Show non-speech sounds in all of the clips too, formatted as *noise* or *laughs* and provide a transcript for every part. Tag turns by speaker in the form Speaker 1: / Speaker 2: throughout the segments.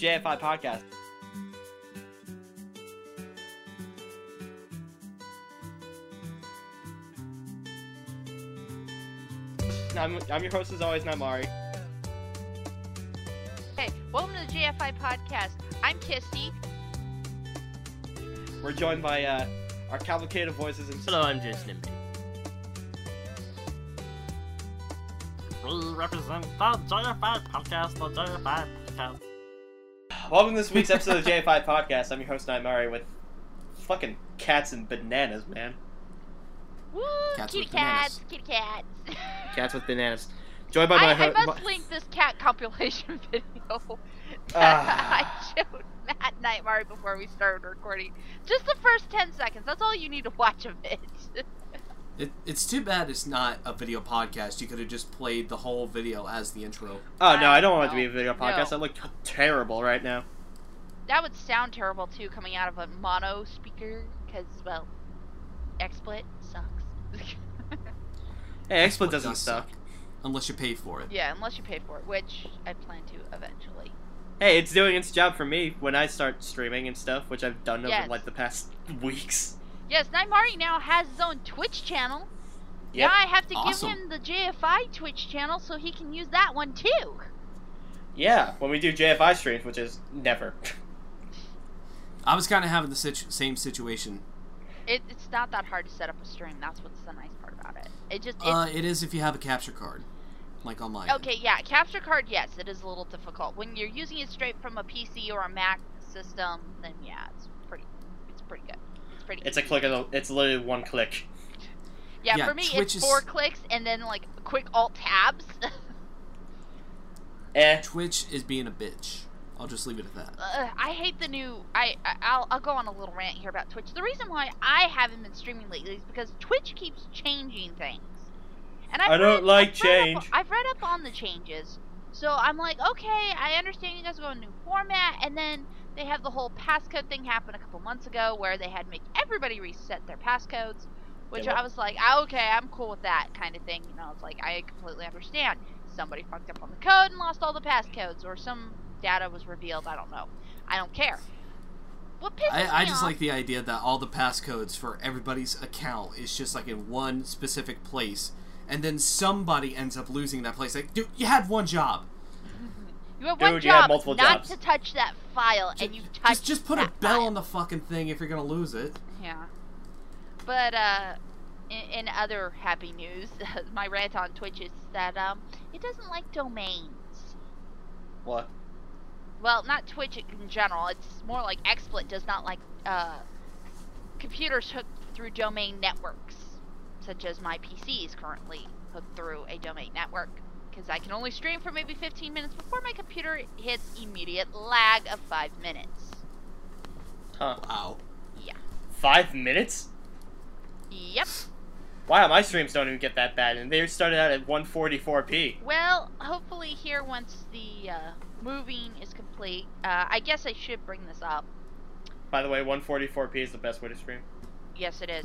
Speaker 1: JFI podcast. I'm, I'm your host as always, not Mari.
Speaker 2: Hey, welcome to the JFI podcast. I'm Kisty.
Speaker 1: We're joined by uh, our cavalcade of voices. And
Speaker 3: Hello, I'm Jason Nimby. We represent the JFI podcast, the JFI podcast.
Speaker 1: Welcome to this week's episode of the JFI podcast. I'm your host, Not Mari, with fucking cats and bananas, man.
Speaker 2: Woo!
Speaker 4: Cats
Speaker 2: kitty
Speaker 4: with
Speaker 2: cats, kitty cats.
Speaker 1: Cats with bananas. Joined by my
Speaker 2: I, I
Speaker 1: ho-
Speaker 2: must
Speaker 1: my-
Speaker 2: link this cat compilation *laughs* video that
Speaker 1: Ah.
Speaker 2: *laughs* I showed Matt Nightmare before we started recording. Just the first 10 seconds. That's all you need to watch of it. *laughs*
Speaker 4: It, it's too bad it's not a video podcast. You could have just played the whole video as the intro.
Speaker 1: Oh no,
Speaker 2: I
Speaker 1: I don't want it to
Speaker 2: don't
Speaker 1: be a video podcast.
Speaker 2: know.
Speaker 1: I look terrible right now.
Speaker 2: that would sound terrible too, coming out of a mono speaker, because, well, XSplit sucks. *laughs*
Speaker 1: Hey,
Speaker 4: What
Speaker 1: XSplit doesn't
Speaker 4: does
Speaker 1: suck.
Speaker 4: Unless you pay for it.
Speaker 2: yeah, unless you paid for it, which I plan to eventually.
Speaker 1: Hey, it's doing its job for me when I start streaming and stuff, which I've done over
Speaker 2: Yes.
Speaker 1: like the past *laughs* weeks.
Speaker 2: Yes, Nightmari now has his own Twitch channel.
Speaker 1: Yep.
Speaker 2: Now I have to
Speaker 4: Awesome.
Speaker 2: give him the JFI Twitch channel so he can use that one too.
Speaker 1: Yeah, when we do JFI streams, which is never. *laughs*
Speaker 4: I was kind of having the situ- same situation.
Speaker 2: It, it's not that hard to set up a stream. That's what's the nice part about it. It just it's,
Speaker 4: Uh, it is if you have a capture card, like on mine.
Speaker 2: okay. Yeah, capture card. Yes, it is a little difficult when you're using it straight from a PC or a Mac system. Then yeah, it's pretty. It's pretty good. It's pretty.
Speaker 1: it's a
Speaker 2: easy.
Speaker 1: click of the. It's literally one click.
Speaker 2: Yeah,
Speaker 4: Yeah,
Speaker 2: for me
Speaker 4: Twitch
Speaker 2: it's
Speaker 4: is-
Speaker 2: four clicks and then like quick alt tabs. *laughs*
Speaker 1: Eh.
Speaker 4: Twitch is being a bitch. I'll just leave it at that.
Speaker 2: Ugh, I hate the new. I I- I'll I'll go on a little rant here about Twitch. The reason why I haven't been streaming lately is because Twitch keeps changing things, and I've
Speaker 1: I don't
Speaker 2: read-
Speaker 1: like
Speaker 2: I've read up-
Speaker 1: change.
Speaker 2: I've read up on the changes, so I'm like, okay, I understand you guys are going new format, and then they have the whole passcode thing happen a couple months ago where they had make everybody reset their passcodes, which
Speaker 1: Yeah, what-
Speaker 2: I was like, ah, okay, I'm cool with that kind of thing. You know, it's like I completely understand. Somebody fucked up on the code and lost all the passcodes, or some data was revealed. I don't know. I don't care. What pisses me
Speaker 4: I, I just
Speaker 2: off,
Speaker 4: like the idea that all the passcodes for everybody's account is just like in one specific place, and then somebody ends up losing that place. Like, dude, you had one job.
Speaker 2: you have one
Speaker 1: Dude, you have
Speaker 2: job,
Speaker 1: multiple
Speaker 2: not
Speaker 1: jobs.
Speaker 2: to touch that file, and you touch
Speaker 4: Just, just put a
Speaker 2: that
Speaker 4: bell
Speaker 2: file.
Speaker 4: on the fucking thing if you're gonna lose it.
Speaker 2: Yeah. But uh, in, in other happy news, *laughs* my rant on Twitch is that um, it doesn't like domains.
Speaker 1: What?
Speaker 2: Well, not Twitch in general. It's more like XSplit does not like uh, computers hooked through domain networks, such as my PC is currently hooked through a domain network. Because I can only stream for maybe 15 minutes before my computer hits immediate lag of five minutes.
Speaker 1: Huh?
Speaker 4: Wow.
Speaker 1: Five minutes?
Speaker 2: Yep.
Speaker 1: Wow, my streams don't even get that bad, and they started out at 144p.
Speaker 2: Well, hopefully here once the uh, moving is complete. Uh, I guess I should bring this up.
Speaker 1: By the way, 144p is the best way to stream. *laughs*
Speaker 2: Yes, it is.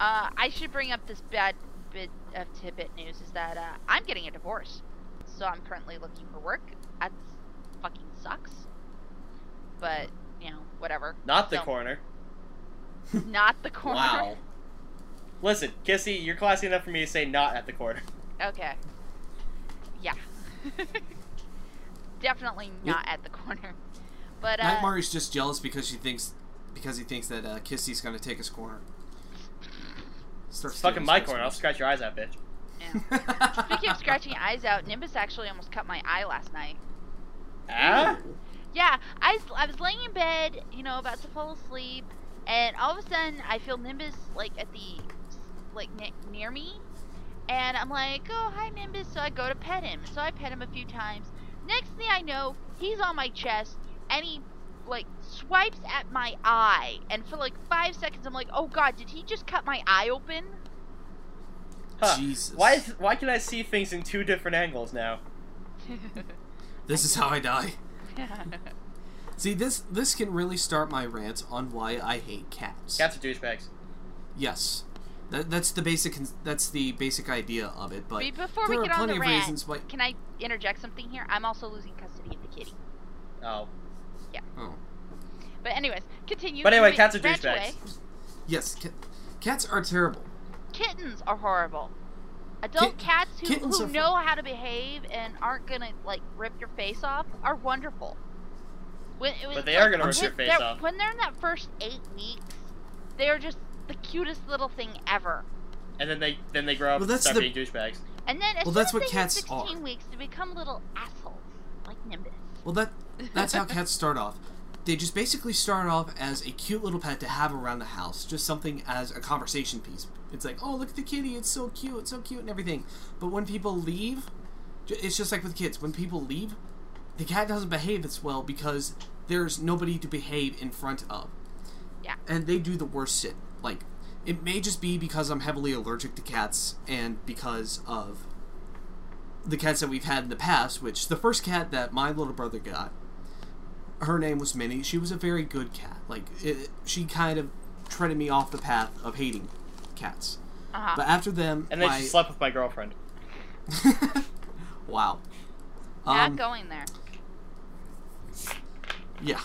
Speaker 2: uh, I should bring up this bad bit of tidbit news is that uh, I'm getting a divorce, so I'm currently looking for work. That fucking sucks. But you know, whatever.
Speaker 1: Not the
Speaker 2: So-
Speaker 1: corner.
Speaker 2: Not the corner.
Speaker 4: Wow.
Speaker 1: Listen, Kissy, you're classy enough for me to say not at the corner.
Speaker 2: *laughs* Okay. Yeah. *laughs* Definitely
Speaker 4: Yeah.
Speaker 2: not at the corner. But
Speaker 4: Night
Speaker 2: uh,
Speaker 4: Mari's just jealous because she thinks because he thinks that uh, Kissy's gonna take his corner. Start
Speaker 1: It's fucking
Speaker 4: stealing
Speaker 1: my
Speaker 4: his
Speaker 1: corner. I'll scratch your eyes out, bitch.
Speaker 2: yeah.
Speaker 4: *laughs*
Speaker 2: Speaking of scratching eyes out, Nimbus actually almost cut my eye last night.
Speaker 1: Ah?
Speaker 2: Yeah, I, s- I was laying in bed, you know, about to fall asleep, and all of a sudden I feel Nimbus like at the like ne- near me, and I'm like, oh hi Nimbus. So I go to pet him. So I pet him a few times. Next thing I know, he's on my chest, and he like swipes at my eye, and for like five seconds I'm like, oh god, did he just cut my eye
Speaker 4: *laughs*
Speaker 2: open?
Speaker 1: Huh.
Speaker 4: Jesus.
Speaker 1: Why is, why can I see things in two different angles now?
Speaker 4: This is how I die. See, this this can really start my rant on why I hate cats.
Speaker 1: Cats are douchebags.
Speaker 4: Yes. That, that's the basic. That's the basic idea of it. But
Speaker 2: Be- Before
Speaker 4: there
Speaker 2: we
Speaker 4: are
Speaker 2: get on
Speaker 4: plenty
Speaker 2: the
Speaker 4: of
Speaker 2: rant,
Speaker 4: reasons why.
Speaker 2: can I interject something here? I'm also losing custody custody of the kitty.
Speaker 1: Oh.
Speaker 4: Oh.
Speaker 2: But anyways, continue.
Speaker 1: But anyway,
Speaker 2: moving-
Speaker 1: cats are
Speaker 2: branch
Speaker 1: douchebags.
Speaker 2: away.
Speaker 4: Yes, ca- cats are terrible.
Speaker 2: Kittens are horrible. Adult
Speaker 4: Kit-
Speaker 2: cats who,
Speaker 4: kittens
Speaker 2: who
Speaker 4: are fu-
Speaker 2: know how to behave and aren't gonna like rip your face off are wonderful. When, it was-
Speaker 1: But they are
Speaker 2: like,
Speaker 1: gonna
Speaker 4: I'm
Speaker 1: rip
Speaker 4: sure
Speaker 1: your
Speaker 2: when
Speaker 1: face
Speaker 2: they're-
Speaker 1: off.
Speaker 2: When they're in that first eight weeks, they are just the cutest little thing ever.
Speaker 1: And then they then they grow up
Speaker 4: Well,
Speaker 1: and
Speaker 4: that's
Speaker 1: start
Speaker 4: the-
Speaker 1: being douchebags.
Speaker 2: And then as soon
Speaker 4: Well, that's
Speaker 2: as
Speaker 4: what
Speaker 2: they
Speaker 4: cats
Speaker 2: hit 16
Speaker 4: are.
Speaker 2: weeks, they become little assholes like Nimbus.
Speaker 4: Well, that that's how cats start off. They just basically start off as a cute little pet to have around the house, just something as a conversation piece. It's like, oh, look at the kitty, it's so cute, it's so cute, and everything. But when people leave, ju- it's just like with kids. When people leave, the cat doesn't behave as well because there's nobody to behave in front of.
Speaker 2: Yeah.
Speaker 4: And they do the worst shit. Like, it may just be because I'm heavily allergic to cats and because of the cats that we've had in the past, which the first cat that my little brother got, her name was Minnie. She was a very good cat. Like, it, she kind of treaded me off the path of hating cats.
Speaker 2: Uh huh.
Speaker 4: But after them,
Speaker 1: And then
Speaker 4: my...
Speaker 1: she slept with my girlfriend.
Speaker 4: *laughs* wow.
Speaker 2: Not
Speaker 4: Um,
Speaker 2: going there.
Speaker 4: yeah.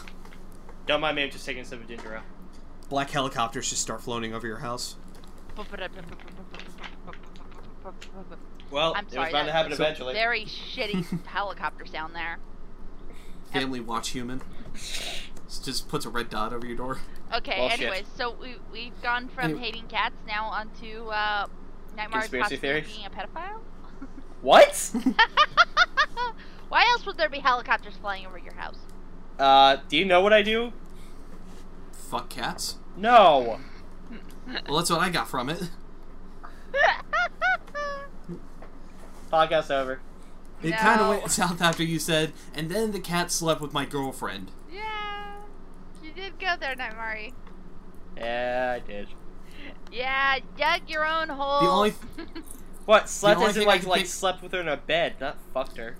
Speaker 1: Don't mind me, I'm just taking a sip of ginger ale.
Speaker 4: Black helicopters just start floating over your house.
Speaker 1: Well,
Speaker 2: I'm
Speaker 1: Oh, it was
Speaker 2: sorry,
Speaker 1: bound to
Speaker 2: that-
Speaker 1: happen
Speaker 4: So-
Speaker 1: eventually. *laughs*
Speaker 2: Very shitty helicopter sound there.
Speaker 4: Family watch human. S- just puts a red dot over your door.
Speaker 2: Okay,
Speaker 1: Well, shit.
Speaker 2: anyways, so we, we've gone from
Speaker 4: Anyway.
Speaker 2: hating cats now onto uh, Nightmare's
Speaker 1: Conspiracy
Speaker 2: possibly
Speaker 1: theories?
Speaker 2: being a pedophile? *laughs*
Speaker 1: What?
Speaker 2: Why else would there be helicopters flying over your house? *laughs*
Speaker 1: Uh, do you know what I do?
Speaker 4: Fuck cats.
Speaker 1: No.
Speaker 4: Well, that's what I got from it.
Speaker 1: Podcast over.
Speaker 4: It kind
Speaker 2: No.
Speaker 4: of went south after you said, and then the cat slept with my girlfriend.
Speaker 2: yeah, you did go there, Nightmare.
Speaker 1: Yeah, I did.
Speaker 2: Yeah, dug your own hole.
Speaker 4: The only
Speaker 1: What? Slept
Speaker 4: only
Speaker 1: as in
Speaker 4: thing I
Speaker 1: like
Speaker 4: can
Speaker 1: like
Speaker 4: think-
Speaker 1: slept with her in a bed, not fucked her.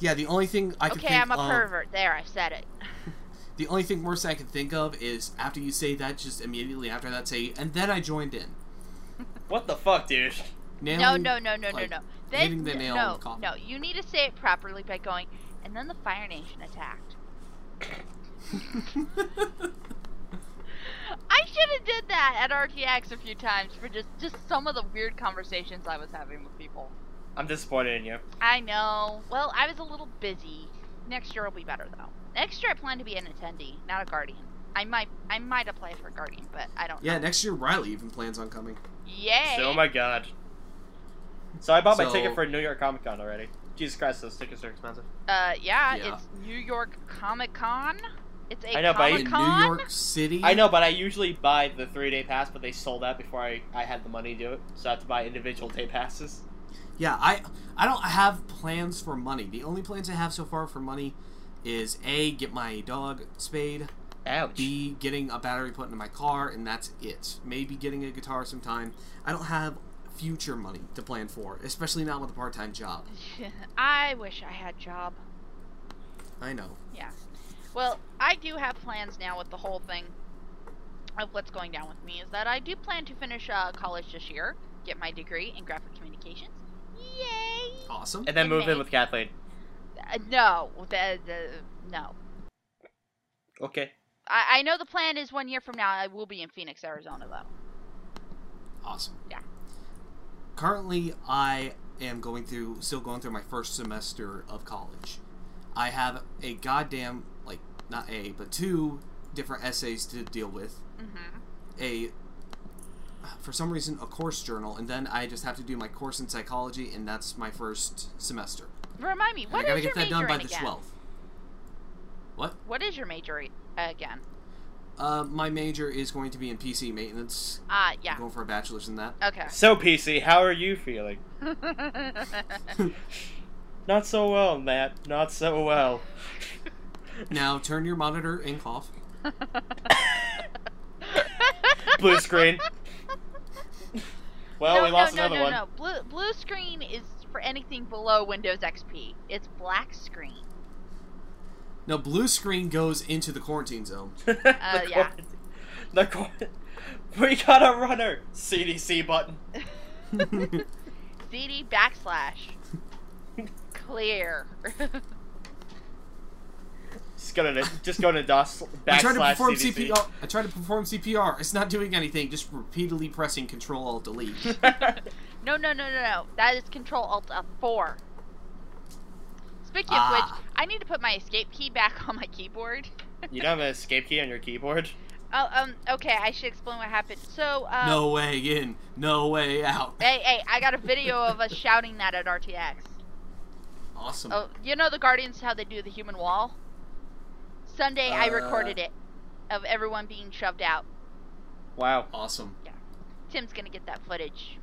Speaker 4: Yeah, the only thing I could
Speaker 2: okay,
Speaker 4: think
Speaker 2: I'm a
Speaker 4: of,
Speaker 2: pervert. There, I said it.
Speaker 4: The only thing worse I can think of is after you say that, just immediately after that, say, and then I joined in.
Speaker 1: What the fuck, dude?
Speaker 2: No,
Speaker 4: Nailing-
Speaker 2: no, no, no,
Speaker 4: like,
Speaker 2: no, no.
Speaker 4: hitting
Speaker 2: Then
Speaker 4: the nail on
Speaker 2: no,
Speaker 4: the coffin.
Speaker 2: no. You need to say it properly by going. And then the Fire Nation attacked. I should have did that at RTX a few times for just just some of the weird conversations I was having with people.
Speaker 1: I'm disappointed in you.
Speaker 2: I know. Well, I was a little busy. Next year will be better though. Next year I plan to be an attendee, not a guardian. I might I might apply for guardian, but I don't
Speaker 4: *laughs* yeah,
Speaker 2: know.
Speaker 4: next year Riley even plans on coming.
Speaker 2: Yay.
Speaker 1: So, oh my god. So I bought my
Speaker 4: So-
Speaker 1: ticket for New York Comic Con already. Jesus Christ, those tickets are expensive.
Speaker 2: Uh, yeah,
Speaker 4: Yeah.
Speaker 2: it's New York Comic Con. It's a
Speaker 1: I know, but I-
Speaker 2: Comic
Speaker 4: In
Speaker 2: Con.
Speaker 4: New York City.
Speaker 1: I know, but I usually buy the three day pass, but they sold out before I, I had the money to do it. So I have to buy individual day passes.
Speaker 4: Yeah, I I don't have plans for money. The only plans I have so far for money is a get my dog spayed,
Speaker 1: Ouch.
Speaker 4: b getting a battery put into my car, and that's it. Maybe getting a guitar sometime. I don't have future money to plan for, especially not with a part time job.
Speaker 2: *laughs* I wish I had job.
Speaker 4: I know.
Speaker 2: Yeah. Well, I do have plans now with the whole thing of what's going down with me is that I do plan to finish uh, college this year, get my degree in graphic communications. Yay!
Speaker 4: Awesome.
Speaker 1: And then
Speaker 2: In
Speaker 1: move
Speaker 2: May.
Speaker 1: in with Kathleen.
Speaker 2: Uh, no, the, the, no.
Speaker 1: Okay.
Speaker 2: I, I know the plan is one year from now I will be in Phoenix, Arizona though.
Speaker 4: Awesome.
Speaker 2: Yeah.
Speaker 4: Currently, I am going through, still going through my first semester of college. I have a goddamn, like, not a, but two different essays to deal with.
Speaker 2: Mm-hmm.
Speaker 4: A, for some reason, a course journal, and then I just have to do my course in psychology, and that's my first semester.
Speaker 2: Remind me,
Speaker 4: And
Speaker 2: what
Speaker 4: I gotta
Speaker 2: is your
Speaker 4: get that
Speaker 2: major
Speaker 4: done by
Speaker 2: in
Speaker 4: the
Speaker 2: again?
Speaker 4: 12th. What?
Speaker 2: What is your major i- again?
Speaker 4: Uh, my major is going to be in PC maintenance.
Speaker 2: Ah, yeah.
Speaker 4: Going for a bachelor's in that.
Speaker 1: *laughs*
Speaker 2: Okay. *laughs*
Speaker 1: So, PC, how are you feeling? Not so well, Matt. Not so
Speaker 2: *laughs*
Speaker 1: well.
Speaker 4: Now turn your monitor and cough.
Speaker 1: Blue screen. Well,
Speaker 2: no,
Speaker 1: Oh, we lost
Speaker 2: no,
Speaker 1: another
Speaker 2: no,
Speaker 1: one.
Speaker 2: No, no, blue blue screen is for anything below Windows XP. It's black screen. *laughs*
Speaker 4: No, blue screen goes into the quarantine zone. *laughs*
Speaker 1: *laughs* The
Speaker 2: Uh, yeah.
Speaker 1: quarant- The quarant- We got a runner. CDC button.
Speaker 2: CD backslash. clear. *laughs*
Speaker 1: Just going to just going to
Speaker 2: *laughs*
Speaker 1: DOS
Speaker 4: I tried to
Speaker 1: backslash
Speaker 4: perform
Speaker 1: CDC.
Speaker 4: CPR. I tried to perform CPR. It's not doing anything. Just repeatedly pressing Control Alt Delete.
Speaker 1: *laughs*
Speaker 2: no, no, no, no, no. That is Control Alt F four. Speaking of
Speaker 4: Ah.
Speaker 2: which, I need to put my escape key back on my keyboard. *laughs*
Speaker 1: you don't have an escape key on your keyboard?
Speaker 2: Oh, um, okay. I should explain what happened. So, um,
Speaker 4: no way in. No way out.
Speaker 2: Hey, hey! I got a video of us shouting that at RTX.
Speaker 4: Awesome.
Speaker 2: Oh, you know the Guardians how they do the human wall? Sunday I
Speaker 4: Uh.
Speaker 2: recorded it of everyone being shoved out.
Speaker 1: Wow.
Speaker 4: Awesome.
Speaker 2: Tim's gonna get that footage.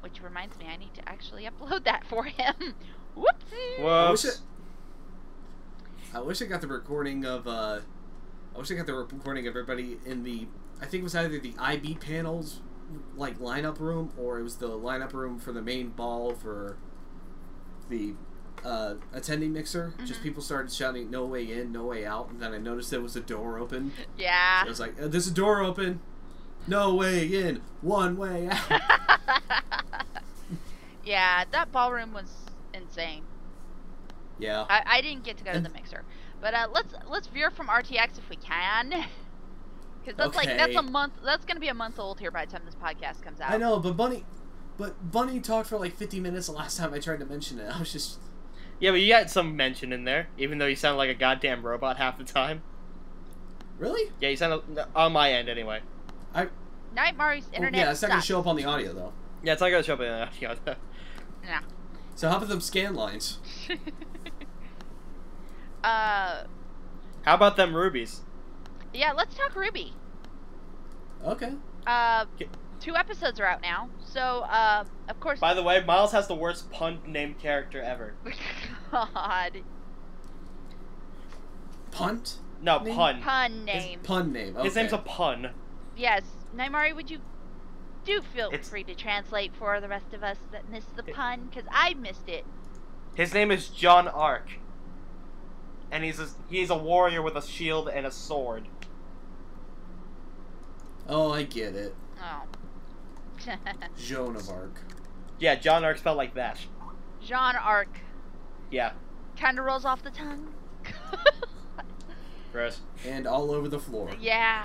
Speaker 2: Which reminds me I need to actually *laughs* upload that for him. *laughs* Whoopsie.
Speaker 4: I
Speaker 1: Whoa.
Speaker 4: wish it. I wish I got the recording of. uh I wish I got the recording of everybody in the. I think it was either the IB panels, like lineup room, or it was the lineup room for the main ball for the uh, attending mixer. Just
Speaker 2: Mhm.
Speaker 4: people started shouting "No way in, no way out," and then I noticed there was a door open. I
Speaker 2: Yeah.
Speaker 4: *laughs* was like, "Uh, "There's a door open, no way in, one way
Speaker 2: *laughs*
Speaker 4: out."
Speaker 2: *laughs* yeah, that ballroom was insane.
Speaker 4: yeah.
Speaker 2: I, I didn't get to go to the mixer. But uh, let's let's veer from RTX if we can. *laughs* Cuz that's like that's a
Speaker 4: Okay.
Speaker 2: month that's going to be a month old here by the time this podcast comes out.
Speaker 4: I know, but Bunny, but Bunny talked for like 50 minutes the last *laughs* time I tried to mention it. I was just,
Speaker 1: Yeah, but you had some mention in there, even though you sound like a goddamn robot half the time.
Speaker 4: really?
Speaker 1: Yeah, you sound on my end anyway.
Speaker 2: Night Mario's
Speaker 4: Well,
Speaker 2: internet
Speaker 4: Oh, yeah, it's not gonna
Speaker 2: sucks.
Speaker 4: show up on the audio though.
Speaker 1: Yeah, it's not gonna show up in the audio. though.
Speaker 4: So how about them scan lines?
Speaker 2: *laughs* uh,
Speaker 1: *laughs* How about them rubies?
Speaker 2: yeah, let's talk Ruby.
Speaker 4: Okay.
Speaker 2: Uh,
Speaker 1: Okay.
Speaker 2: two episodes are out now, so uh, of course.
Speaker 1: By
Speaker 2: *laughs*
Speaker 1: the way, Miles has the worst pun named character ever.
Speaker 2: God,
Speaker 4: Punt.
Speaker 1: No,
Speaker 4: Name-
Speaker 1: pun.
Speaker 2: pun
Speaker 4: His
Speaker 2: name.
Speaker 4: pun name. Okay.
Speaker 1: His name's a pun.
Speaker 2: yes, Naimari, would you do feel
Speaker 1: It's-
Speaker 2: free to translate for the rest of us that missed the
Speaker 1: It-
Speaker 2: pun? Because I missed it.
Speaker 1: His name is John Ark. And he's a, he's a warrior with a shield and a sword.
Speaker 4: Oh, I get it.
Speaker 2: Oh. *laughs*
Speaker 4: Joan of Arc.
Speaker 1: Yeah, John Ark spelled like that.
Speaker 2: Jean Arc
Speaker 1: Yeah,
Speaker 2: kind of rolls off the tongue. *laughs*
Speaker 1: gross.
Speaker 4: And all over the floor.
Speaker 2: yeah.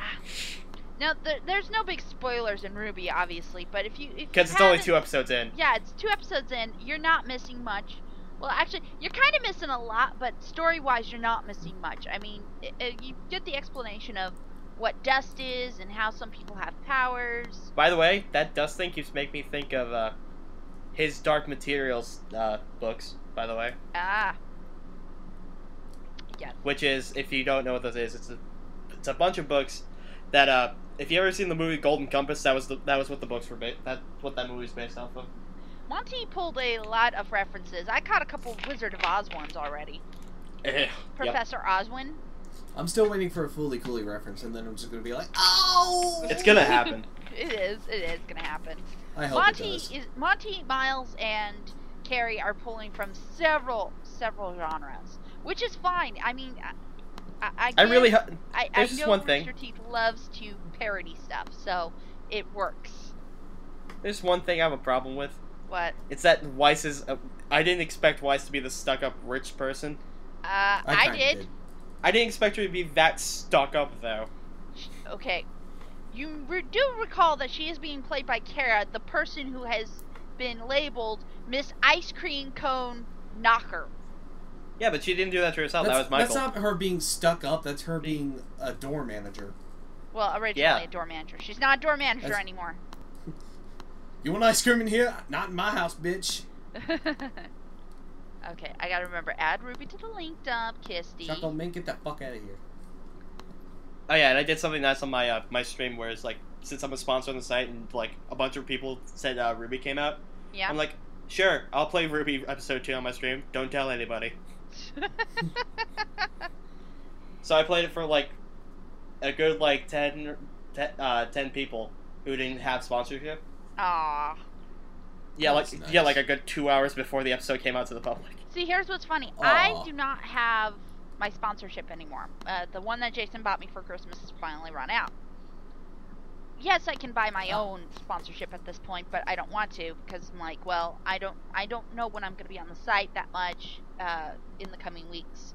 Speaker 2: Now there, there's no big spoilers in Ruby, obviously, but if you if you
Speaker 1: Because it's only
Speaker 2: haven't-
Speaker 1: two episodes in.
Speaker 2: yeah, it's two episodes in. You're not missing much. Well, actually, you're kind of missing a lot, but story wise, you're not missing much. I mean, i i you get the explanation of what dust is and how some people have powers.
Speaker 1: By the way, that dust thing keeps making me think of uh, his Dark Materials uh, books, by the way.
Speaker 2: Ah. Yes.
Speaker 1: Which is, if you don't know what this is, it's a, it's a bunch of books that, uh, if you ever seen the movie Golden Compass, that was the, that was what the books were based. That's what that movie's based off of.
Speaker 2: Monty pulled a lot of references. I caught a couple of Wizard of Oz ones already.
Speaker 1: yeah.
Speaker 2: Professor Oswin.
Speaker 4: I'm still waiting for a Fooly Cooly reference, and then I'm just gonna be like, oh.
Speaker 1: It's gonna happen.
Speaker 2: It is. It is gonna happen.
Speaker 4: I hope it
Speaker 2: Monty
Speaker 4: does.
Speaker 2: is Monty Miles and Carrie are pulling from several several genres, which is fine. I mean, I I, I,
Speaker 1: *laughs* I really,
Speaker 2: get-
Speaker 1: ho-
Speaker 2: I, I
Speaker 1: there's just
Speaker 2: know
Speaker 1: one thing.
Speaker 2: Rooster Teeth loves to parody stuff, so it works.
Speaker 1: there's one thing I have a problem with.
Speaker 2: What?
Speaker 1: It's that Weiss is. A, I didn't expect Weiss to be the stuck-up rich person.
Speaker 2: Uh, I,
Speaker 4: I, kinda
Speaker 2: did.
Speaker 1: I didn't expect her to be that stuck-up though.
Speaker 2: Okay, you re- do recall that she is being played by Kara, the person who has been labeled Miss Ice Cream Cone Knocker.
Speaker 1: Yeah, but she didn't do that to herself.
Speaker 4: That's,
Speaker 1: Oh, that was Michael.
Speaker 4: that's not her being stuck up. That's her being a door manager.
Speaker 2: Well, originally
Speaker 1: Yeah.
Speaker 2: a door manager. She's not a door manager
Speaker 4: That's-
Speaker 2: anymore.
Speaker 4: You want ice cream in here? Not in my house, bitch.
Speaker 2: *laughs* okay, I gotta remember. Add Ruby to the linked up, Kisty.
Speaker 4: Chocolate mink, get the fuck out of here.
Speaker 1: Oh yeah, and I did something nice on my uh, my stream where it's like since I'm a sponsor on the site and like a bunch of people said uh, Ruby came out,
Speaker 2: Yeah.
Speaker 1: I'm like, sure, I'll play Ruby episode two on my stream. Don't tell anybody. So I played it for like a good like 10, or- 10, uh, 10 people who didn't have sponsorship.
Speaker 2: *laughs* Aw.
Speaker 1: Yeah, like
Speaker 4: That's nice.
Speaker 1: yeah, like a good two hours before the episode came out to the public.
Speaker 2: See, here's what's funny. I
Speaker 4: Aw.
Speaker 2: do not have my sponsorship anymore. Uh, the one that Jason bought me for Christmas has finally run out. yes, I can buy my
Speaker 4: Oh.
Speaker 2: own sponsorship at this point, but I don't want to because I'm like, well, I don't, I don't know when I'm going to be on the site that much uh, in the coming weeks.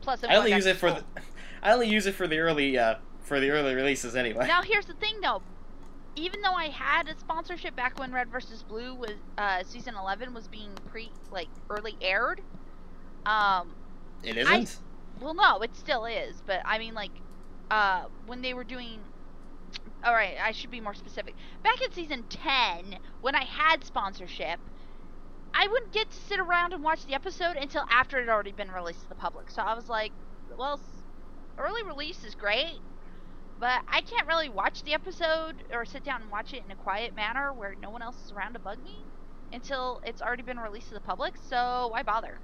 Speaker 2: Plus, I'm
Speaker 1: I
Speaker 2: going
Speaker 1: only
Speaker 2: back
Speaker 1: use
Speaker 2: to
Speaker 1: it for
Speaker 2: school.
Speaker 1: the, I only use it for the early uh, for the early releases anyway.
Speaker 2: Now here's the thing though. Even though I had a sponsorship back when Red vs. Blue was uh, season eleven was being pre like early aired, um,
Speaker 1: it isn't.
Speaker 2: well no, it still is, but I mean like uh, when they were doing all right, I should be more specific. Back in season ten, when I had sponsorship, I wouldn't get to sit around and watch the episode until after it had already been released to the public. So I was like, well, s- early release is great, but I can't really watch the episode or sit down and watch it in a quiet manner where no one else is around to bug me until it's already been released to the public, so why bother?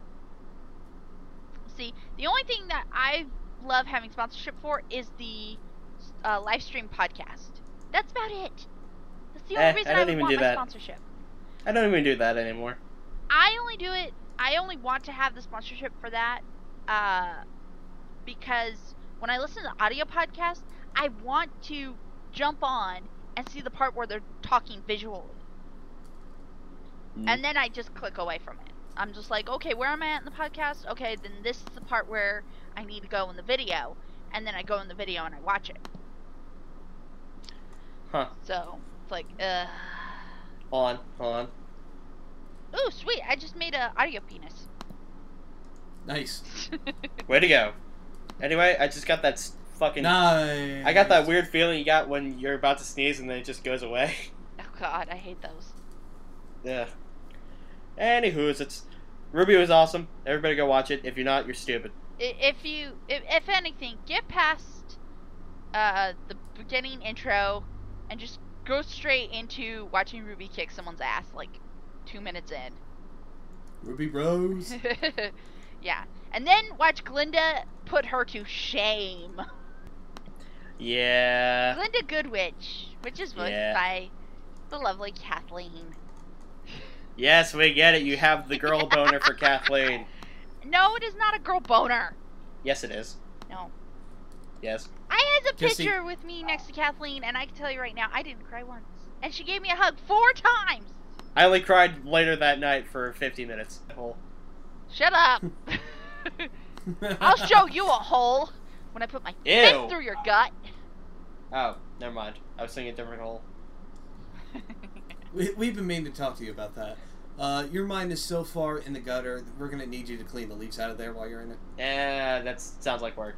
Speaker 2: See, the only thing that I love having sponsorship for is the uh, live stream podcast. That's about it. That's the only
Speaker 1: Eh, I
Speaker 2: reason I,
Speaker 1: don't
Speaker 2: would
Speaker 1: even
Speaker 2: want
Speaker 1: do
Speaker 2: my
Speaker 1: that.
Speaker 2: sponsorship.
Speaker 1: I don't even do that anymore.
Speaker 2: I only do it. I only want to have the sponsorship for that, uh, because when I listen to audio podcasts, I want to jump on and see the part where they're talking visually,
Speaker 1: Mm.
Speaker 2: and then I just click away from it. I'm just like, okay, where am I at in the podcast? Okay, then this is the part where I need to go in the video, and then I go in the video and I watch it.
Speaker 1: Huh.
Speaker 2: So it's like, uh,
Speaker 1: Hold on, hold on.
Speaker 2: ooh, sweet! I just made a audio penis.
Speaker 4: Nice.
Speaker 2: *laughs* Oh,
Speaker 1: Way to go. Anyway, I just got that s- fucking.
Speaker 4: Nice.
Speaker 1: I got that weird feeling you got when you're about to sneeze and then it just goes away. *laughs*
Speaker 2: oh God, I hate those.
Speaker 1: Yeah. Anywho's, it's Ruby was awesome. Everybody go watch it. If you're not, you're stupid.
Speaker 2: I- if you if, if anything get past uh the beginning intro and just go straight into watching ruby kick someone's ass like two minutes in *laughs*
Speaker 4: Ruby *laughs* Bros.
Speaker 2: yeah and then watch glinda put her to shame
Speaker 1: Yeah.
Speaker 2: glinda goodwitch which is voiced
Speaker 1: Yeah.
Speaker 2: by the lovely kathleen
Speaker 1: Yes, we get it. You have the girl boner for Kathleen.
Speaker 2: no it is not a girl boner
Speaker 1: Yes, it is.
Speaker 2: no
Speaker 1: Yes.
Speaker 2: i has a
Speaker 4: Jesse.
Speaker 2: picture with me next to kathleen and i can tell you right now i didn't cry once and she gave me a hug four times
Speaker 1: I only cried later that night for 50 minutes. Hole.
Speaker 2: Shut
Speaker 4: *laughs*
Speaker 2: up. I'll show you a hole when I put my
Speaker 1: Ew.
Speaker 2: fist through your gut.
Speaker 1: Oh, never mind. I was thinking a different hole.
Speaker 4: We, we've been meaning to talk to you about that. Uh, your mind is so far in the gutter. that We're gonna need you to clean the leaves out of there while you're in it.
Speaker 1: Eh, that sounds like work.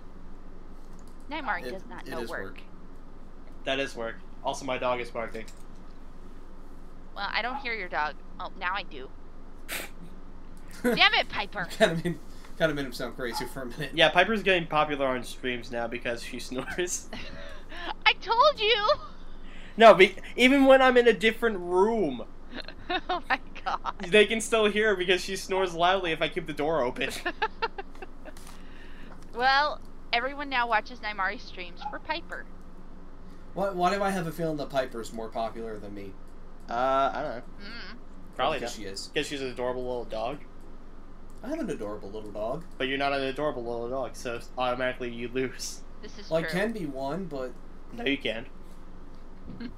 Speaker 2: Neymar
Speaker 4: It-
Speaker 2: does not
Speaker 4: it
Speaker 2: know
Speaker 4: is
Speaker 2: work.
Speaker 4: work.
Speaker 1: That is work. Also, my dog is barking.
Speaker 2: Well, I don't hear your dog. Oh, now I do.
Speaker 4: *laughs*
Speaker 2: Damn it, Piper.
Speaker 4: kind of made, kind of made him sound crazy for a minute.
Speaker 1: Yeah, Piper's getting popular on streams now because she *laughs* snores.
Speaker 2: I told you. *laughs*
Speaker 1: no, be- even when I'm in a different room,
Speaker 2: oh my
Speaker 4: *laughs*
Speaker 2: god.
Speaker 1: they can still hear her because she snores loudly if I keep the door
Speaker 4: *laughs*
Speaker 1: open.
Speaker 2: well, everyone now watches Neymari streams for Piper.
Speaker 4: Why, why do I have a feeling that Piper's more popular than me?
Speaker 1: Uh, I don't know.
Speaker 2: Mm.
Speaker 1: Probably
Speaker 4: because
Speaker 1: not.
Speaker 4: she is.
Speaker 1: Because she's an adorable little dog,
Speaker 4: I have an adorable little dog.
Speaker 1: but you're not an adorable little dog, so automatically you lose.
Speaker 2: This is
Speaker 4: Well, I
Speaker 2: true.
Speaker 4: can be one, but
Speaker 1: No, you
Speaker 4: *laughs*
Speaker 1: can.
Speaker 2: *laughs*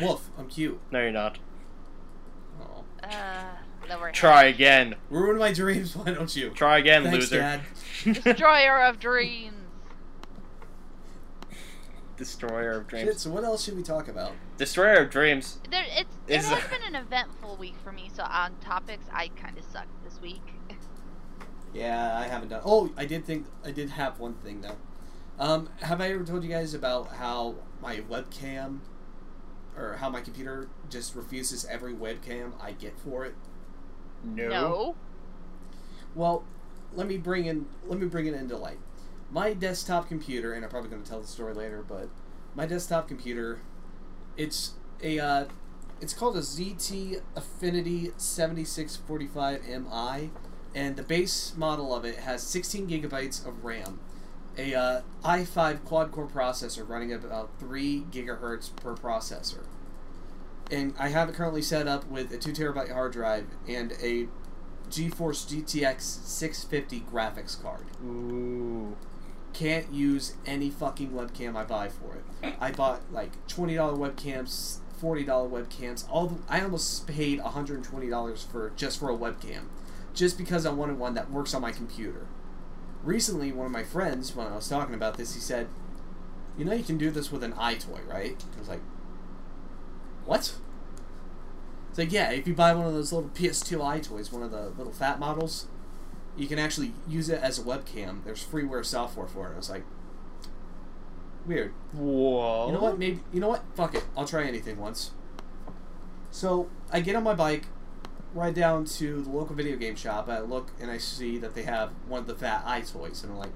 Speaker 4: woof, I'm cute.
Speaker 1: No, you're not.
Speaker 4: Aw.
Speaker 2: uh, lower half.
Speaker 1: Try again.
Speaker 4: Ruin my dreams. *laughs* Why don't you?
Speaker 1: Try again,
Speaker 4: Thanks,
Speaker 1: loser.
Speaker 4: Dad.
Speaker 2: Destroyer of dreams.
Speaker 1: *laughs* Destroyer of
Speaker 4: Shit,
Speaker 1: dreams.
Speaker 4: so what else should we talk about?
Speaker 1: Destroyer of dreams.
Speaker 2: There, it's,
Speaker 1: Is-
Speaker 2: it has been an eventful week for me, so on topics, I kind of suck this week. *laughs*
Speaker 4: Yeah, I haven't done. Oh, I did think I did have one thing though. Um, have I ever told you guys about how my webcam, or how my computer just refuses every webcam I get for it?
Speaker 1: No.
Speaker 2: *laughs* No.
Speaker 4: Well, let me bring in let me bring it into light. My desktop computer, and I'm probably going to tell the story later, but my desktop computer, it's a uh, it's called a ZT Affinity 7645Mi, and the base model of it has 16 gigabytes of RAM, a uh, i5 quad core processor running at about three gigahertz per processor, and I have it currently set up with a two terabyte hard drive and a GeForce GTX 650 graphics card.
Speaker 1: Ooh.
Speaker 4: Can't use any fucking webcam I buy for it. I bought like twenty dollar webcams, forty dollar webcams. All the, I almost paid one hundred and twenty dollars for just for a webcam, just because I wanted one that works on my computer. Recently, one of my friends, when I was talking about this, he said, "You know, you can do this with an iToy, right?" I was like, "What?" It's like, yeah, if you buy one of those little PS2 iToys, one of the little fat models, you can actually use it as a webcam. There's freeware software for it. I was like, weird.
Speaker 1: Whoa.
Speaker 4: You know what? Maybe you know what? Fuck it. I'll try anything once. So I get on my bike, ride down to the local video game shop. I look and I see that they have one of the Fat Eye toys, and I'm like,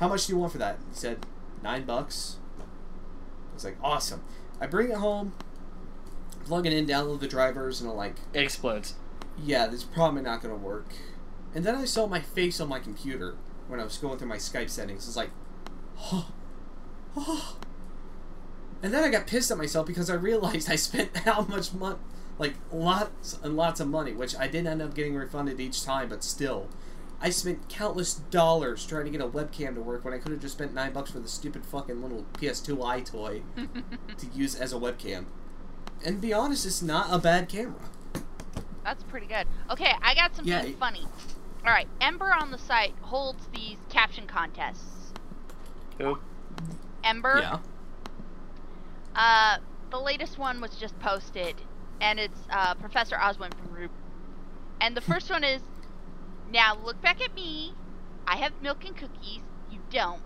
Speaker 4: "How much do you want for that?" He said, nine bucks." I was like, "Awesome." I bring it home, plug it in, download the drivers, and I'm like,
Speaker 1: It explodes.
Speaker 4: yeah, this is probably not going to work. And then I saw my face on my computer when I was going through my Skype settings. It's like, oh, oh. And then I got pissed at myself because I realized I spent *laughs* how much money, like lots and lots of money, which I did end up getting refunded each time, but still. I spent countless dollars trying to get a webcam to work when I could have just spent nine bucks for the stupid fucking little PS2 i toy to use as a webcam. And to be honest, it's not a bad camera.
Speaker 2: That's pretty good. Okay, I got something
Speaker 4: Yeah, it-
Speaker 2: funny. All right, Ember on the site holds these caption contests.
Speaker 1: Who?
Speaker 2: Ember, uh, the latest one was just posted, and it's uh, Professor Oswin from Rube. And the first one is, now look back at me. I have milk and cookies. You don't,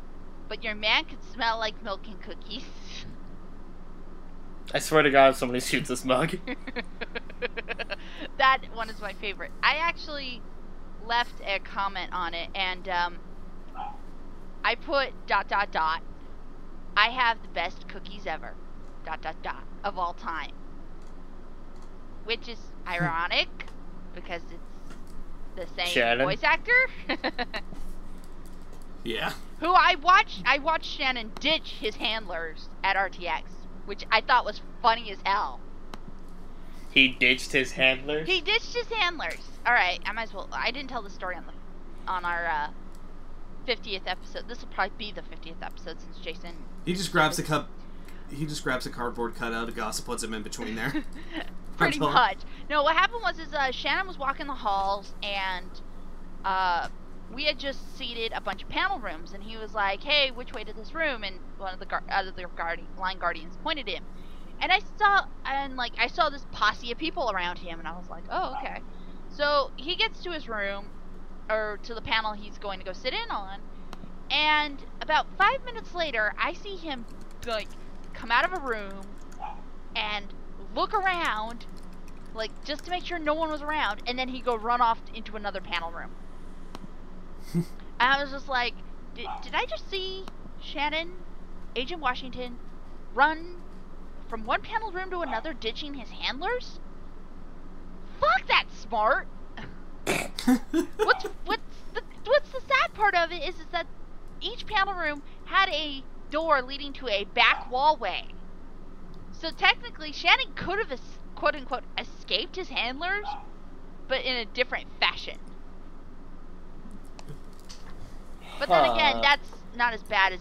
Speaker 2: but your man could smell like milk and cookies. *laughs*
Speaker 1: I swear to God, if somebody shoots this mug. *laughs*
Speaker 2: *laughs* that one is my favorite. I actually left a comment on it, and um, I put dot dot dot. I have the best cookies ever, dot dot dot of all time, which is ironic because it's the same
Speaker 1: Shannon.
Speaker 2: voice actor *laughs*
Speaker 4: Yeah.
Speaker 2: who I watched. I watched Shannon ditch his handlers at RTX, which I thought was funny as hell.
Speaker 1: He ditched his handler.
Speaker 2: He ditched his handlers. All right, I might as well. I didn't tell the story on the on our uh, fiftieth episode. This will probably be the fiftieth episode since Jason.
Speaker 4: He just grabs the cup. He just grabs a cardboard cutout of Gossip, puts him in
Speaker 2: *laughs*
Speaker 4: between there.
Speaker 2: Pretty
Speaker 4: Until-
Speaker 2: much. No, what happened was is uh, Shannon was walking the halls and uh, we had just seated a bunch of panel rooms and he was like, "Hey, which way to this room?" And one of the guard, other the guardi- line guardians pointed him. And I saw and like I saw this posse of people around him and I was like, "Oh, okay." So he gets to his room, or to the panel he's going to go sit in on, and about five minutes later, I see him like come out of a room and look around, like just to make sure no one was around, and then he go run off into another panel room. and I was just like, did, did I just see Shannon, Agent Washington, run from one panel room to another, ditching his handlers? Fuck, that's smart what's what's the what's the sad part of it is is that each panel room had a door leading to a back wallway. So technically, Shannon could have es- quote unquote escaped his handlers, but in a different fashion. But then
Speaker 1: Huh.
Speaker 2: again, that's not as bad as.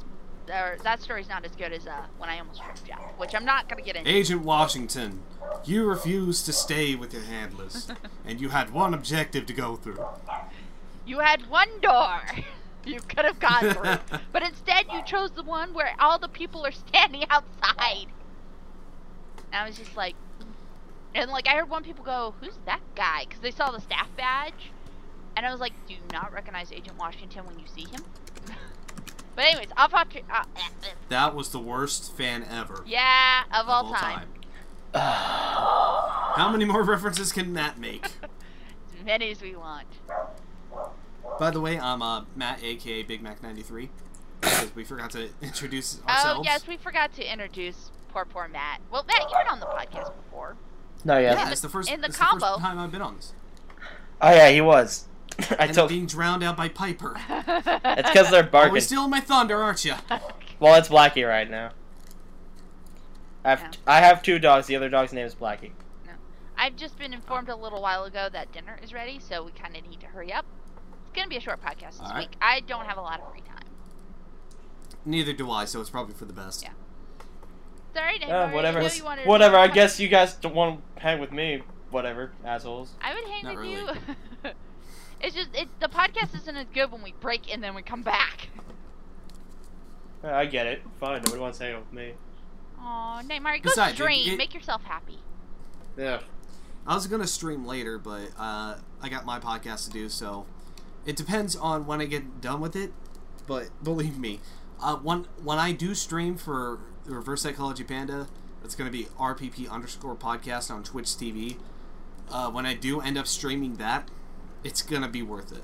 Speaker 2: Or that story's not as good as uh, when I almost tripped Jack, which I'm not gonna get into.
Speaker 4: Agent Washington, you refused to stay with
Speaker 2: *laughs*
Speaker 4: your handlers, and you had one objective to go through.
Speaker 2: You had one door *laughs* you could have gone *laughs* through, but instead you chose the one where all the people are *laughs* standing outside. And I was just like, and like I heard one people go, "Who's that guy?" Because they saw the staff badge, and I was like, "Do you not recognize Agent Washington when you see him?" *laughs* but anyways, off off. to- Uh, eh, eh.
Speaker 4: That was the worst fan ever.
Speaker 2: yeah, of
Speaker 4: of
Speaker 2: all, time.
Speaker 4: *sighs* How many more references can Matt make?
Speaker 2: *laughs* as many as we want.
Speaker 4: By the way, I'm uh, Matt, aka Big Mac 93. Because we forgot to introduce ourselves.
Speaker 2: Oh yes, we forgot to introduce poor poor Matt. Well, Matt, you've been on the podcast before.
Speaker 1: No, yeah.
Speaker 4: Yeah, it's the first,
Speaker 2: in the
Speaker 4: it's the
Speaker 2: combo.
Speaker 4: first time I've been on this.
Speaker 1: Oh yeah, he was. *laughs* I
Speaker 4: And
Speaker 1: told.
Speaker 4: being drowned out by Piper.
Speaker 1: It's because
Speaker 2: *laughs*
Speaker 1: they're barking.
Speaker 4: Always stealing my thunder, aren't you?
Speaker 1: Well, it's Blackie right now. I have
Speaker 2: Yeah.
Speaker 1: I have two dogs. The other dog's name is Blackie.
Speaker 2: I've just been informed a little while ago that dinner is ready, so we kind of need to hurry up. It's going to be a short podcast this
Speaker 4: All right.
Speaker 2: week. I don't have a lot of free time.
Speaker 4: Neither do I, so it's probably for the best.
Speaker 2: Yeah. Sorry, Nick.
Speaker 1: Uh, whatever.
Speaker 2: I know you wanted to
Speaker 1: Whatever.
Speaker 2: talk
Speaker 1: I
Speaker 2: about-
Speaker 1: guess you guys don't want to hang with me. Whatever, assholes.
Speaker 2: I would hang
Speaker 4: Not
Speaker 2: with you. *laughs* it's just it, the podcast isn't as good when we break and then we come back. *laughs*
Speaker 1: Yeah, Uh, I get it. Fine. Nobody wants to hang out with me.
Speaker 2: Oh, Nightmare, go
Speaker 4: Besides, it-
Speaker 2: stream.
Speaker 4: it-
Speaker 2: Make yourself happy.
Speaker 1: Yeah.
Speaker 4: I was gonna stream later, but uh, I got my podcast to do, so it depends on when I get done with it. But *laughs* believe me, uh, when when I do stream for Reverse Psychology Panda, it's gonna be RPP underscore podcast on Twitch TV. Uh, when I do end up streaming that, it's gonna be worth it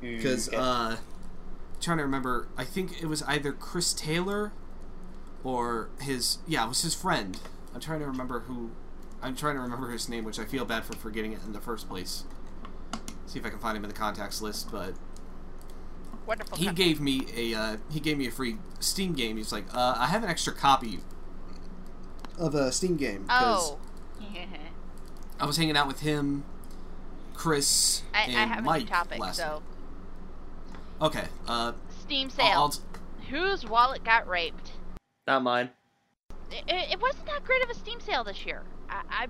Speaker 4: because
Speaker 1: Okay.
Speaker 4: uh, trying to remember, I think it was either Chris Taylor or his yeah, it was his friend. I'm trying to remember who. I'm trying to remember his name, which I feel bad for forgetting it in the first place. See if I can find him in the contacts list, but
Speaker 2: Wonderful.
Speaker 4: he
Speaker 2: company.
Speaker 4: gave me a uh, he gave me a free Steam game. He's like, uh, I have an extra copy of a Steam game
Speaker 2: *laughs* oh.
Speaker 4: I was hanging out with him, Chris,
Speaker 2: I, I
Speaker 4: and
Speaker 2: have a
Speaker 4: Mike
Speaker 2: new topic,
Speaker 4: last night.
Speaker 2: so
Speaker 4: Okay, uh,
Speaker 2: Steam
Speaker 4: I'll- I'll,
Speaker 2: sale. Whose wallet got raped?
Speaker 1: Not mine.
Speaker 2: It, it, it wasn't that great of a Steam sale this year. I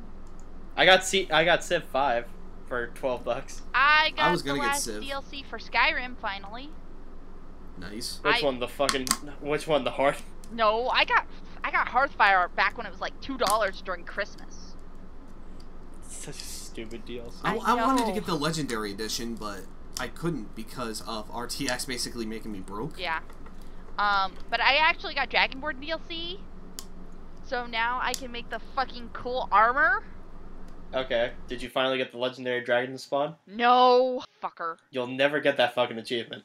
Speaker 1: I got C. I got Civ Five for twelve bucks.
Speaker 2: I, I got
Speaker 4: was
Speaker 2: the
Speaker 4: gonna get
Speaker 2: last
Speaker 4: Civ.
Speaker 2: DLC for Skyrim finally.
Speaker 4: nice.
Speaker 1: Which
Speaker 2: I-
Speaker 1: one? The fucking. Which one? The hard. *laughs*
Speaker 2: No, I got I got Hearthfire back when it was like two dollars during Christmas.
Speaker 1: Such a stupid deal.
Speaker 4: I,
Speaker 2: I
Speaker 4: I wanted to
Speaker 2: know.
Speaker 4: get the legendary edition, but I couldn't because of RTX basically making me broke.
Speaker 2: Yeah. Um, but I actually got Dragonborn DLC, so now I can make the fucking cool armor.
Speaker 1: Okay. Did you finally get the legendary dragon to spawn?
Speaker 2: No, fucker.
Speaker 1: You'll never get that fucking achievement.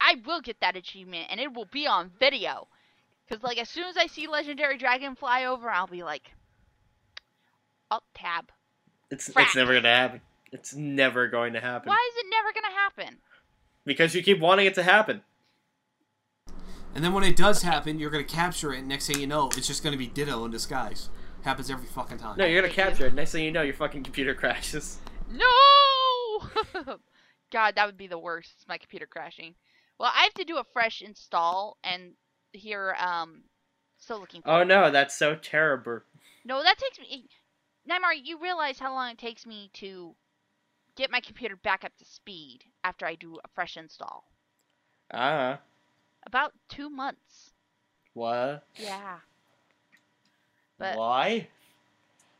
Speaker 2: I will get that achievement, and it will be on video. Cause like as soon as I see legendary dragon fly over, I'll be like, up tab.
Speaker 1: It's
Speaker 2: Frack.
Speaker 1: it's never gonna happen. It's never going to happen.
Speaker 2: Why is it never gonna happen?
Speaker 1: Because you keep wanting it to happen.
Speaker 4: And then when it does happen, you're gonna capture it. And next thing you know, it's just gonna be Ditto in disguise. Happens every fucking time.
Speaker 1: No, you're gonna
Speaker 2: hate you.
Speaker 1: capture it. Next thing you know, your fucking computer *laughs* crashes.
Speaker 2: No! *laughs* God, that would be the worst. It's my computer crashing. Well, I have to do a fresh install, and here, um, still looking. For
Speaker 1: Oh
Speaker 2: it.
Speaker 1: no, that's so terrible.
Speaker 2: No, that takes me. Nymar, you realize how long it takes me to get my computer back up to speed after I do a fresh install?
Speaker 1: Ah,
Speaker 2: About two months.
Speaker 1: what?
Speaker 2: Yeah. But
Speaker 1: Why?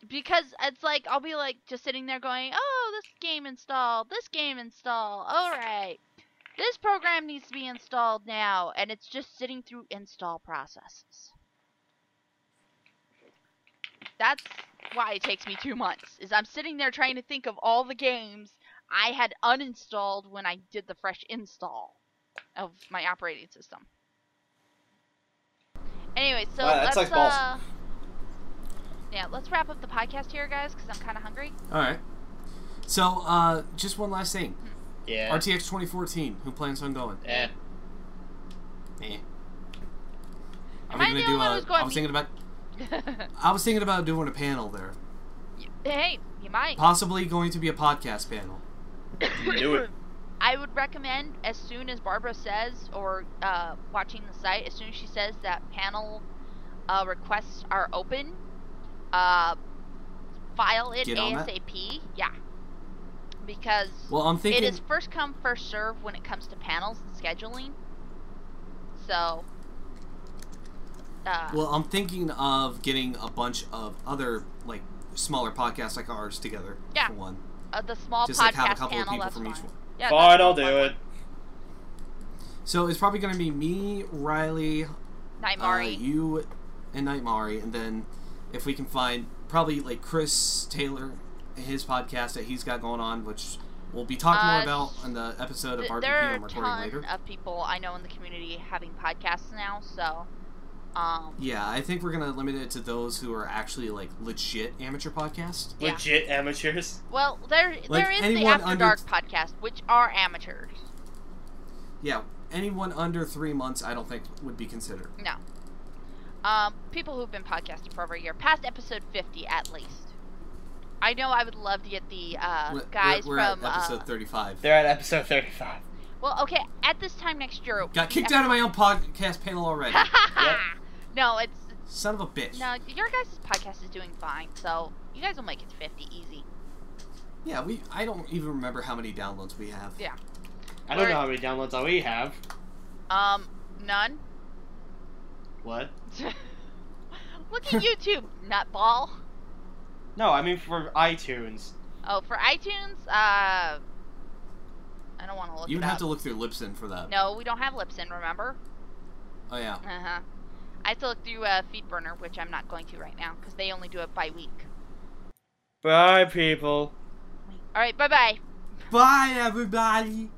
Speaker 2: because it's like I'll be like just sitting there going, "Oh, this game installed. This game install. All right. This program needs to be installed now." And it's just sitting through install processes. That's why it takes me 2 months. Is I'm sitting there trying to think of all the games I had uninstalled when I did the fresh install of my operating system. Anyway, so
Speaker 1: Wow, that
Speaker 2: let's
Speaker 1: sucks balls.
Speaker 2: uh yeah, let's wrap up the podcast here, guys, because I'm kind of hungry. *laughs*
Speaker 4: All right. So, uh, just one last thing.
Speaker 1: Yeah.
Speaker 4: RTX 2014. Who plans on going?
Speaker 2: *laughs*
Speaker 1: Eh.
Speaker 4: Eh. Are
Speaker 2: Am
Speaker 4: we
Speaker 2: I
Speaker 4: gonna
Speaker 2: the
Speaker 4: do
Speaker 2: only one
Speaker 4: a-
Speaker 2: who's going
Speaker 4: I was
Speaker 2: be-
Speaker 4: thinking about. I was thinking about doing a panel there.
Speaker 2: hey, you might.
Speaker 4: Possibly going to be a podcast panel.
Speaker 1: Do
Speaker 2: *laughs*
Speaker 1: it.
Speaker 2: I would recommend as soon as Barbara says, or uh, watching the site, as soon as she says that panel uh, requests are open, uh, file it
Speaker 4: Get on that.
Speaker 2: ASAP. Yeah. Because
Speaker 4: Well, I'm thinking.
Speaker 2: it is first come, first serve when it comes to panels and scheduling. So. Uh,
Speaker 4: Well, I'm thinking of getting a bunch of other like smaller podcasts like ours together
Speaker 2: Yeah.
Speaker 4: for one.
Speaker 2: uh, the small
Speaker 4: Just
Speaker 2: podcast
Speaker 4: like have a couple of
Speaker 2: panel,
Speaker 4: people
Speaker 2: that's
Speaker 4: from each
Speaker 2: fine.
Speaker 4: one.
Speaker 2: Yeah,
Speaker 1: Fine,
Speaker 2: that's
Speaker 1: I'll do
Speaker 2: fine.
Speaker 1: it.
Speaker 4: So it's probably gonna be me, Riley,
Speaker 2: Night
Speaker 4: uh,
Speaker 2: Mari.
Speaker 4: you, and Nightmari, and then if we can find probably like Chris Taylor, and his podcast that he's got going on, which we'll be talking
Speaker 2: Uh,
Speaker 4: more about on the episode of
Speaker 2: Th-
Speaker 4: RPP
Speaker 2: there are a
Speaker 4: I'm recording
Speaker 2: ton
Speaker 4: later.
Speaker 2: of people I know in the community having podcasts now, so um,
Speaker 4: Yeah, I think we're gonna limit it to those who are actually like legit amateur podcasts.
Speaker 2: Yeah.
Speaker 1: Legit amateurs.
Speaker 2: well, there there is the
Speaker 4: anyone
Speaker 2: After
Speaker 4: under-
Speaker 2: Dark podcast, which are amateurs.
Speaker 4: Yeah, anyone under three months, I don't think would be considered.
Speaker 2: No, um, people who've been podcasting for over a year, past episode fifty at least. I know I would love to get the uh,
Speaker 4: We're-
Speaker 2: guys
Speaker 4: we're, we're
Speaker 2: from
Speaker 4: at episode
Speaker 2: uh,
Speaker 4: 35.
Speaker 1: They're at episode 35.
Speaker 2: Well, okay, at this time next year. it will
Speaker 4: Got
Speaker 2: be
Speaker 4: kicked
Speaker 2: epic.
Speaker 4: out of my own podcast panel already.
Speaker 2: *laughs* No, it's
Speaker 4: Son of a bitch.
Speaker 2: no. Your guys' podcast is doing fine, so you guys will make it to fifty easy.
Speaker 4: Yeah, we. I don't even remember how many downloads we have.
Speaker 2: Yeah.
Speaker 1: I don't
Speaker 2: Or-
Speaker 1: know how many downloads that we have.
Speaker 2: Um, none.
Speaker 1: What?
Speaker 2: *laughs* Look at YouTube, nutball.
Speaker 1: No, I mean for iTunes.
Speaker 2: Oh, for iTunes, uh, I don't want to look.
Speaker 4: You would
Speaker 2: it
Speaker 4: have
Speaker 2: up.
Speaker 4: to look through Libsyn for that.
Speaker 2: No, we don't have Lipson. Remember?
Speaker 4: Oh yeah.
Speaker 2: Uh huh. I have to look through uh, Feedburner, which I'm not going to right now because they only do it by week.
Speaker 1: Bye, people.
Speaker 2: All right, bye bye.
Speaker 4: Bye everybody.